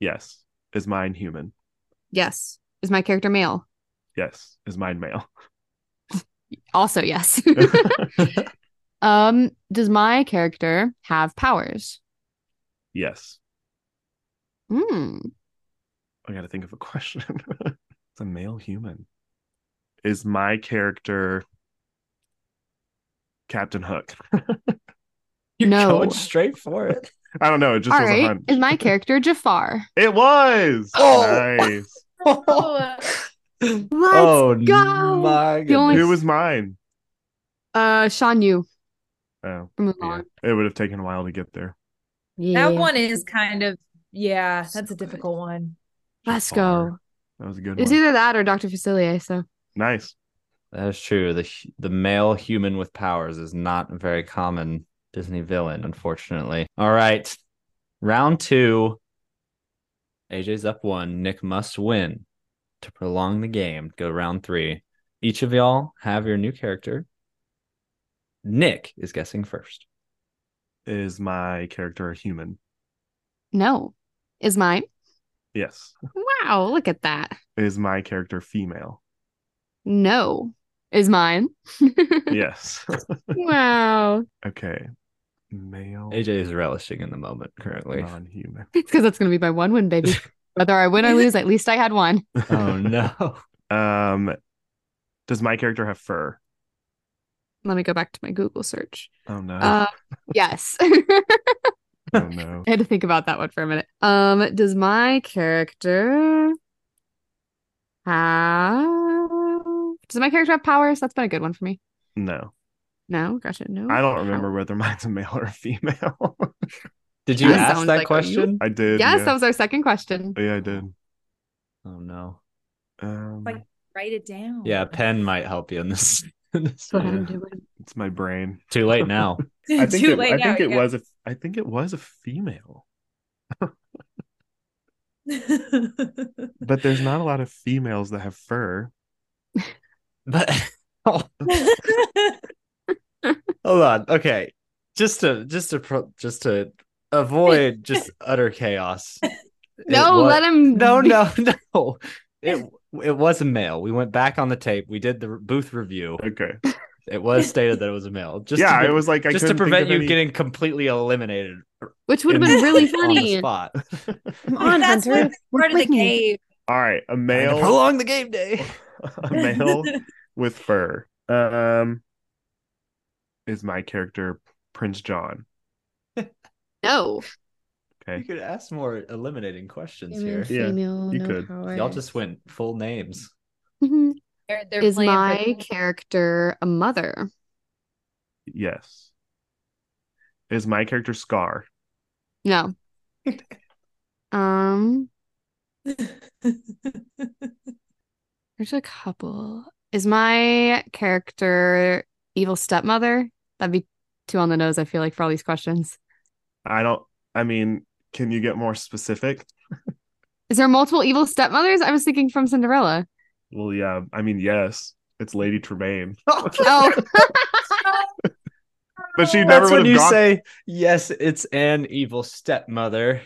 [SPEAKER 4] Yes. Is mine human?
[SPEAKER 3] Yes. Is my character male?
[SPEAKER 4] Yes. Is mine male?
[SPEAKER 3] Also, yes. um, does my character have powers?
[SPEAKER 4] yes.
[SPEAKER 3] Hmm.
[SPEAKER 4] I got to think of a question. it's a male human. Is my character Captain Hook?
[SPEAKER 2] You're
[SPEAKER 3] No.
[SPEAKER 2] going straight for it.
[SPEAKER 4] I don't know. It just
[SPEAKER 3] All
[SPEAKER 4] was a
[SPEAKER 3] right.
[SPEAKER 4] hunch.
[SPEAKER 3] Is my character Jafar?
[SPEAKER 4] It was.
[SPEAKER 2] Oh!
[SPEAKER 4] Nice.
[SPEAKER 3] Let's
[SPEAKER 4] Oh,
[SPEAKER 3] go.
[SPEAKER 2] my
[SPEAKER 3] The only-
[SPEAKER 2] goodness.
[SPEAKER 4] Who was mine?
[SPEAKER 3] Uh, Sean Yu
[SPEAKER 4] Oh,
[SPEAKER 3] from
[SPEAKER 4] yeah.
[SPEAKER 3] Mulan.
[SPEAKER 4] It would have taken a while to get there.
[SPEAKER 3] Yeah.
[SPEAKER 5] That one is kind of yeah, that's a difficult one.
[SPEAKER 3] Let's
[SPEAKER 4] Jafar.
[SPEAKER 3] go.
[SPEAKER 4] That was a good
[SPEAKER 3] It's
[SPEAKER 4] one.
[SPEAKER 3] either that or Dr. Facilier. So
[SPEAKER 4] Nice.
[SPEAKER 2] That is true. The hu- the male human with powers is not a very common Disney villain, unfortunately. All right. Round two. AJ's up one. Nick must win to prolong the game. Go to round three. Each of y'all have your new character. Nick is guessing first.
[SPEAKER 4] Is my character a human?
[SPEAKER 3] no, is mine.
[SPEAKER 4] Yes.
[SPEAKER 3] Wow, look at that.
[SPEAKER 4] Is my character female?
[SPEAKER 3] No, is mine.
[SPEAKER 4] Yes.
[SPEAKER 3] wow,
[SPEAKER 4] okay. Male
[SPEAKER 2] AJ is relishing in the moment currently.
[SPEAKER 4] Oh, non-human.
[SPEAKER 3] because that's gonna be my one win, baby. Whether I win or lose, at least I had one.
[SPEAKER 2] oh no.
[SPEAKER 4] Um, does my character have fur?
[SPEAKER 3] Let me go back to my Google search.
[SPEAKER 4] Oh no!
[SPEAKER 3] Uh, yes,
[SPEAKER 4] oh no!
[SPEAKER 3] I had to think about that one for a minute. Um, does my character have? Does my character have powers? That's been a good one for me.
[SPEAKER 4] No,
[SPEAKER 3] No, gotcha. No,
[SPEAKER 4] I don't
[SPEAKER 3] power.
[SPEAKER 4] remember whether mine's a male or a female.
[SPEAKER 2] Did you
[SPEAKER 3] That
[SPEAKER 2] ask
[SPEAKER 3] sounds
[SPEAKER 2] that
[SPEAKER 3] like a you.
[SPEAKER 2] question?
[SPEAKER 4] I did.
[SPEAKER 3] Yes,
[SPEAKER 4] yeah.
[SPEAKER 3] that was our second question.
[SPEAKER 4] yeah, I did.
[SPEAKER 2] Oh no.
[SPEAKER 4] Um,
[SPEAKER 5] Like- Write it down.
[SPEAKER 2] Yeah, Pen might help you in this. in this
[SPEAKER 3] That's what
[SPEAKER 2] one.
[SPEAKER 3] I'm doing.
[SPEAKER 4] it's my brain.
[SPEAKER 2] Too late now.
[SPEAKER 4] I think
[SPEAKER 5] Too
[SPEAKER 4] it,
[SPEAKER 5] late
[SPEAKER 4] I
[SPEAKER 5] now.
[SPEAKER 4] think it was. A, I think it was a female,
[SPEAKER 5] was
[SPEAKER 4] but there's not a lot of females that have fur.
[SPEAKER 2] But hold on. Okay. Just to just to pro- just to avoid just utter chaos.
[SPEAKER 3] No, let him.
[SPEAKER 2] No, no, no. It it was a male. We went back on the tape. We did the re- booth review.
[SPEAKER 4] Okay.
[SPEAKER 2] It was stated that it was a male. Just
[SPEAKER 4] yeah,
[SPEAKER 2] to,
[SPEAKER 4] I was like, I
[SPEAKER 2] just to
[SPEAKER 4] couldn't think
[SPEAKER 2] prevent
[SPEAKER 4] of
[SPEAKER 2] you
[SPEAKER 4] any-
[SPEAKER 2] getting completely eliminated.
[SPEAKER 3] Which would have
[SPEAKER 2] in-
[SPEAKER 3] been really
[SPEAKER 2] on the
[SPEAKER 3] funny.
[SPEAKER 2] spot.
[SPEAKER 3] Come on,
[SPEAKER 5] That's
[SPEAKER 3] Hunter.
[SPEAKER 5] what part of the
[SPEAKER 3] Work with me.
[SPEAKER 5] game.
[SPEAKER 4] All right, a
[SPEAKER 2] Trying to
[SPEAKER 4] male,
[SPEAKER 2] Prolong the game day.
[SPEAKER 4] a male with fur. Um, is my character Prince John?
[SPEAKER 3] No.
[SPEAKER 2] You could ask more eliminating questions
[SPEAKER 3] Human,
[SPEAKER 2] here.
[SPEAKER 4] Yeah,
[SPEAKER 3] female,
[SPEAKER 4] you
[SPEAKER 3] no
[SPEAKER 4] could.
[SPEAKER 3] powers.
[SPEAKER 2] Y'all just went full names.
[SPEAKER 3] Mhm.
[SPEAKER 5] They're, they're
[SPEAKER 3] Is
[SPEAKER 5] playing for
[SPEAKER 3] my
[SPEAKER 5] the-
[SPEAKER 3] character a mother?
[SPEAKER 4] Yes. Is my character Scar?
[SPEAKER 3] No. um, there's a couple. Is my character evil stepmother? That'd be too on the nose, I feel like, for all these questions.
[SPEAKER 4] I don't. I mean, can you get more specific?
[SPEAKER 3] Is there multiple evil stepmothers? I was thinking from Cinderella.
[SPEAKER 4] Well, yeah. I mean, yes. It's Lady Tremaine,
[SPEAKER 3] Oh,
[SPEAKER 4] but she never
[SPEAKER 2] That's
[SPEAKER 4] would
[SPEAKER 2] when
[SPEAKER 4] have
[SPEAKER 2] you
[SPEAKER 4] gone.
[SPEAKER 2] say, yes, it's an evil stepmother.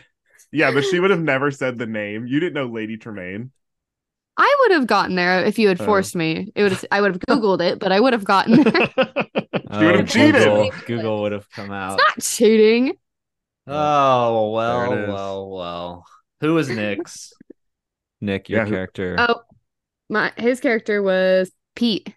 [SPEAKER 4] yeah, but she would have never said the name. You didn't know Lady Tremaine.
[SPEAKER 3] I would have gotten there if you had
[SPEAKER 4] Oh.
[SPEAKER 3] forced me. It would. I would have Googled it, but I would have gotten there.
[SPEAKER 4] She
[SPEAKER 2] Oh,
[SPEAKER 4] would have cheated.
[SPEAKER 2] Google, Google would have come out.
[SPEAKER 3] Not cheating.
[SPEAKER 2] Oh, well,
[SPEAKER 4] There it is.
[SPEAKER 2] well, well. Who was Nick's? Nick, your
[SPEAKER 4] Yeah, who-
[SPEAKER 2] character.
[SPEAKER 3] Oh, my his character was Pete.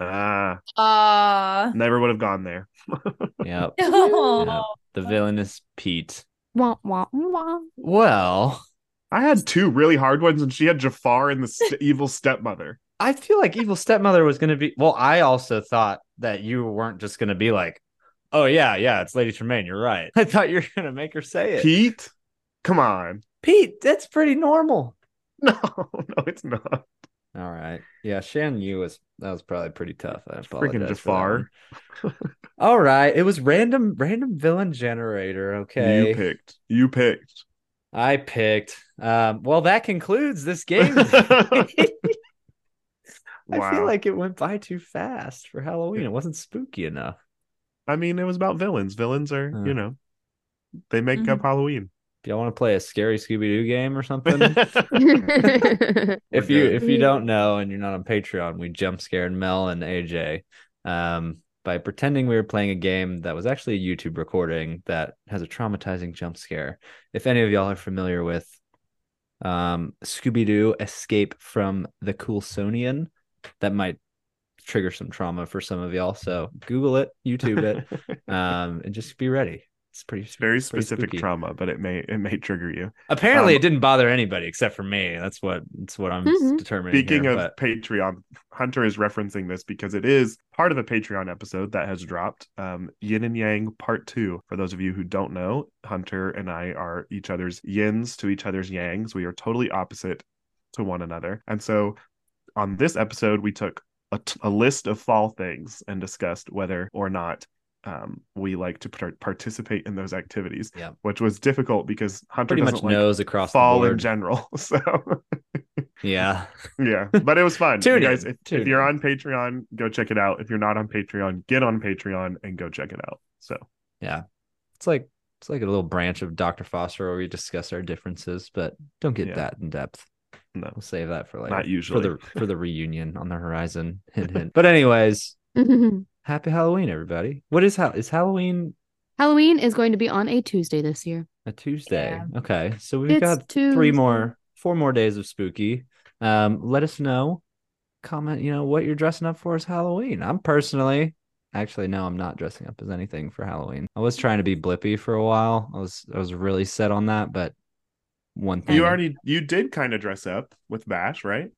[SPEAKER 4] Ah,
[SPEAKER 5] Aw.
[SPEAKER 4] never would have gone there.
[SPEAKER 2] Yep.
[SPEAKER 5] No.
[SPEAKER 2] The villain is Pete.
[SPEAKER 3] Wah, wah, wah.
[SPEAKER 2] Well,
[SPEAKER 4] I had two really hard ones, and she had Jafar and the st- evil stepmother.
[SPEAKER 2] I feel like evil stepmother was going to be. Well, I also thought that you weren't just going to be like, oh, yeah, yeah, it's Lady Tremaine. You're right. I thought you were going to make her say it.
[SPEAKER 4] Pete, come on.
[SPEAKER 2] Pete, that's pretty normal.
[SPEAKER 4] No, no, it's not.
[SPEAKER 2] All right. Yeah, Shan Yu was that was probably pretty tough. I apologize. for
[SPEAKER 4] Freaking
[SPEAKER 2] that one.
[SPEAKER 4] Jafar.
[SPEAKER 2] All right. It was random random villain generator. Okay.
[SPEAKER 4] You picked. You picked.
[SPEAKER 2] I picked. Um, well that concludes this game. I feel like it went by too fast for Halloween. It wasn't spooky enough.
[SPEAKER 4] I mean, it was about villains. Villains are,
[SPEAKER 2] Uh.
[SPEAKER 4] you know, they make up Halloween.
[SPEAKER 2] If y'all want to play a scary Scooby Doo game or something, if
[SPEAKER 4] We're
[SPEAKER 2] you
[SPEAKER 4] good.
[SPEAKER 2] if you
[SPEAKER 3] Yeah.
[SPEAKER 2] don't know and you're not on Patreon, we jump scared Mel and AJ um, by pretending we were playing a game that was actually a YouTube recording that has a traumatizing jump scare. If any of y'all are familiar with um, Scooby Doo Escape from the Coulsonian, that might trigger some trauma for some of y'all. So Google it, YouTube it, um, and just be ready. It's pretty
[SPEAKER 4] Very
[SPEAKER 2] it's pretty
[SPEAKER 4] specific
[SPEAKER 2] spooky.
[SPEAKER 4] trauma, but it may it may trigger you.
[SPEAKER 2] Apparently,
[SPEAKER 4] Um, Mm-hmm.
[SPEAKER 2] it didn't bother anybody except for me. That's what that's what I'm
[SPEAKER 3] Mhm.
[SPEAKER 2] determining.
[SPEAKER 4] Speaking
[SPEAKER 2] here,
[SPEAKER 4] of
[SPEAKER 2] but-
[SPEAKER 4] Patreon, Hunter is referencing this because it is part of a Patreon episode that has dropped. Um, Yin and Yang Part Two. For those of you who don't know, Hunter and I are each other's yins to each other's yangs. We are totally opposite to one another, and so on this episode, we took a, t- a list of fall things and discussed whether or not um, we like to par- participate in those activities.
[SPEAKER 2] Yeah.
[SPEAKER 4] which was difficult because Hunter
[SPEAKER 2] pretty
[SPEAKER 4] doesn't
[SPEAKER 2] much
[SPEAKER 4] like
[SPEAKER 2] knows across
[SPEAKER 4] fall
[SPEAKER 2] the board.
[SPEAKER 4] in general. So.
[SPEAKER 2] yeah,
[SPEAKER 4] Yeah, but it was fun.
[SPEAKER 2] Tune
[SPEAKER 4] you
[SPEAKER 2] in,
[SPEAKER 4] guys, if,
[SPEAKER 2] tune
[SPEAKER 4] if you're
[SPEAKER 2] in.
[SPEAKER 4] on Patreon, go check it out. If you're not on Patreon, get on Patreon and go check it out. So
[SPEAKER 2] it's like it's like a little branch of Dr. Foster where we discuss our differences, but don't get
[SPEAKER 4] Yeah.
[SPEAKER 2] that in depth.
[SPEAKER 4] No.
[SPEAKER 2] we'll save that for later.
[SPEAKER 4] Not usually.
[SPEAKER 2] for the for the reunion on the horizon. Hint, hint. But anyways, happy Halloween, everybody. What is how is Halloween
[SPEAKER 3] Halloween is going to be on a Tuesday this year.
[SPEAKER 2] a Tuesday?
[SPEAKER 5] Yeah.
[SPEAKER 2] Okay, so we've
[SPEAKER 3] It's
[SPEAKER 2] got three
[SPEAKER 3] Tuesday.
[SPEAKER 2] more four more days of spooky. Um, let us know. Comment, you know, what you're dressing up for is Halloween. I'm personally actually no, I'm not dressing up as anything for Halloween. I was trying to be blippy for a while. I was I was really set on that, but one thing
[SPEAKER 4] you already you did kind of dress up with Bash, right?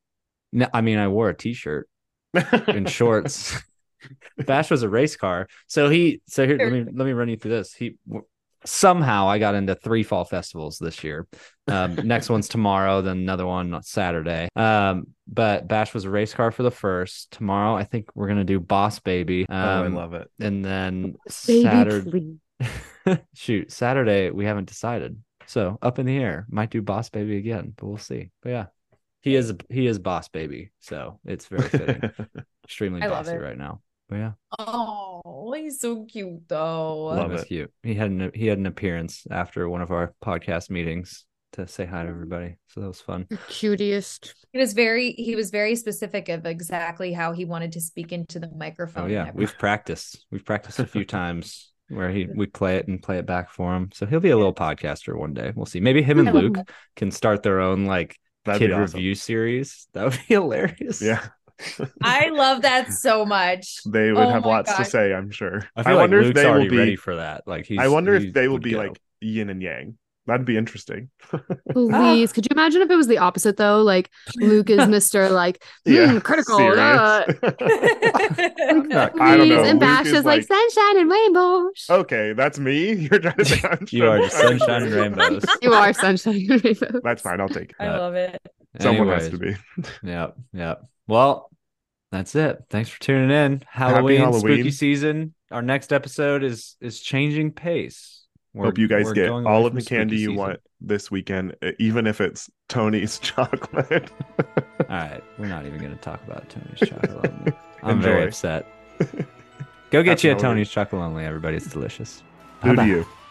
[SPEAKER 2] no, I mean I wore a t-shirt and shorts. Bash was a race car. So he so here let me let me run you through this. He somehow I got into three fall festivals this year. Um, next one's tomorrow, then another one on Saturday. Um, but Bash was a race car for the first. Tomorrow I think we're gonna do Boss Baby. Um,
[SPEAKER 4] oh, I love it.
[SPEAKER 2] and then
[SPEAKER 3] Baby,
[SPEAKER 2] Saturday
[SPEAKER 3] please.
[SPEAKER 2] shoot saturday we haven't decided so up in the air might do boss baby again but we'll see but yeah he is he is boss baby so it's very fitting extremely
[SPEAKER 5] I love
[SPEAKER 2] bossy
[SPEAKER 5] it.
[SPEAKER 2] right now but yeah
[SPEAKER 5] Oh, he's so cute though.
[SPEAKER 2] that
[SPEAKER 4] Love
[SPEAKER 2] was
[SPEAKER 4] it.
[SPEAKER 2] cute he had an he had an appearance after one of our podcast meetings to say hi to everybody so that was fun
[SPEAKER 3] You're cutiest.
[SPEAKER 5] He was very he was very specific of exactly how he wanted to speak into the microphone.
[SPEAKER 2] oh
[SPEAKER 5] and
[SPEAKER 2] yeah
[SPEAKER 5] everything.
[SPEAKER 2] we've practiced we've practiced a few times where he we play it and play it back for him so he'll be a little podcaster one day we'll see maybe him and
[SPEAKER 3] I love
[SPEAKER 2] luke can start their own like
[SPEAKER 4] That'd
[SPEAKER 2] kid
[SPEAKER 4] be awesome.
[SPEAKER 2] review series. That would be hilarious.
[SPEAKER 4] Yeah,
[SPEAKER 5] I love that so much.
[SPEAKER 4] they would
[SPEAKER 5] Oh
[SPEAKER 4] have
[SPEAKER 5] my
[SPEAKER 4] lots to
[SPEAKER 5] gosh.
[SPEAKER 4] say. I'm sure.
[SPEAKER 2] I, feel like
[SPEAKER 4] wonder
[SPEAKER 2] Luke's
[SPEAKER 4] if they
[SPEAKER 2] already
[SPEAKER 4] will be.
[SPEAKER 2] ready for that. Like he's,
[SPEAKER 4] I wonder
[SPEAKER 2] he
[SPEAKER 4] if they will
[SPEAKER 2] would
[SPEAKER 4] be
[SPEAKER 2] go.
[SPEAKER 4] like yin and yang. That'd be interesting.
[SPEAKER 3] Please, could you imagine if it was the opposite though? Like Luke is Mr. like hmm, critical.
[SPEAKER 4] serious.
[SPEAKER 3] uh,
[SPEAKER 2] not-
[SPEAKER 4] I don't
[SPEAKER 3] please,
[SPEAKER 4] know.
[SPEAKER 3] and
[SPEAKER 4] Luke
[SPEAKER 3] Bash
[SPEAKER 4] is Oh.
[SPEAKER 3] is like, sunshine and rainbows.
[SPEAKER 4] okay, that's me. You're trying to say I'm
[SPEAKER 2] you are just
[SPEAKER 4] sorry.
[SPEAKER 2] sunshine and rainbows.
[SPEAKER 3] You are sunshine and rainbows.
[SPEAKER 4] That's fine. I'll take it.
[SPEAKER 5] I love it.
[SPEAKER 4] Someone has to
[SPEAKER 2] Anyways,
[SPEAKER 4] be.
[SPEAKER 2] Yep. Yep. Well, that's it. Thanks for tuning in. Halloween, spooky
[SPEAKER 4] Halloween.
[SPEAKER 2] season. Our next episode is is changing pace. We're-
[SPEAKER 4] Hope you guys
[SPEAKER 2] we're
[SPEAKER 4] get
[SPEAKER 2] going
[SPEAKER 4] all
[SPEAKER 2] away
[SPEAKER 4] of
[SPEAKER 2] from
[SPEAKER 4] the candy
[SPEAKER 2] spooky
[SPEAKER 4] you
[SPEAKER 2] season.
[SPEAKER 4] want this weekend, e- even if it's Tony's chocolate.
[SPEAKER 2] All right, we're not even going to talk about Tony's chocolate. Lonely. I'm very
[SPEAKER 4] Enjoy.
[SPEAKER 2] upset. Go get
[SPEAKER 4] Happy
[SPEAKER 2] you a
[SPEAKER 4] Halloween.
[SPEAKER 2] Tony's chocolate only, everybody. It's delicious.
[SPEAKER 4] Who
[SPEAKER 2] Bye-bye.
[SPEAKER 4] do you?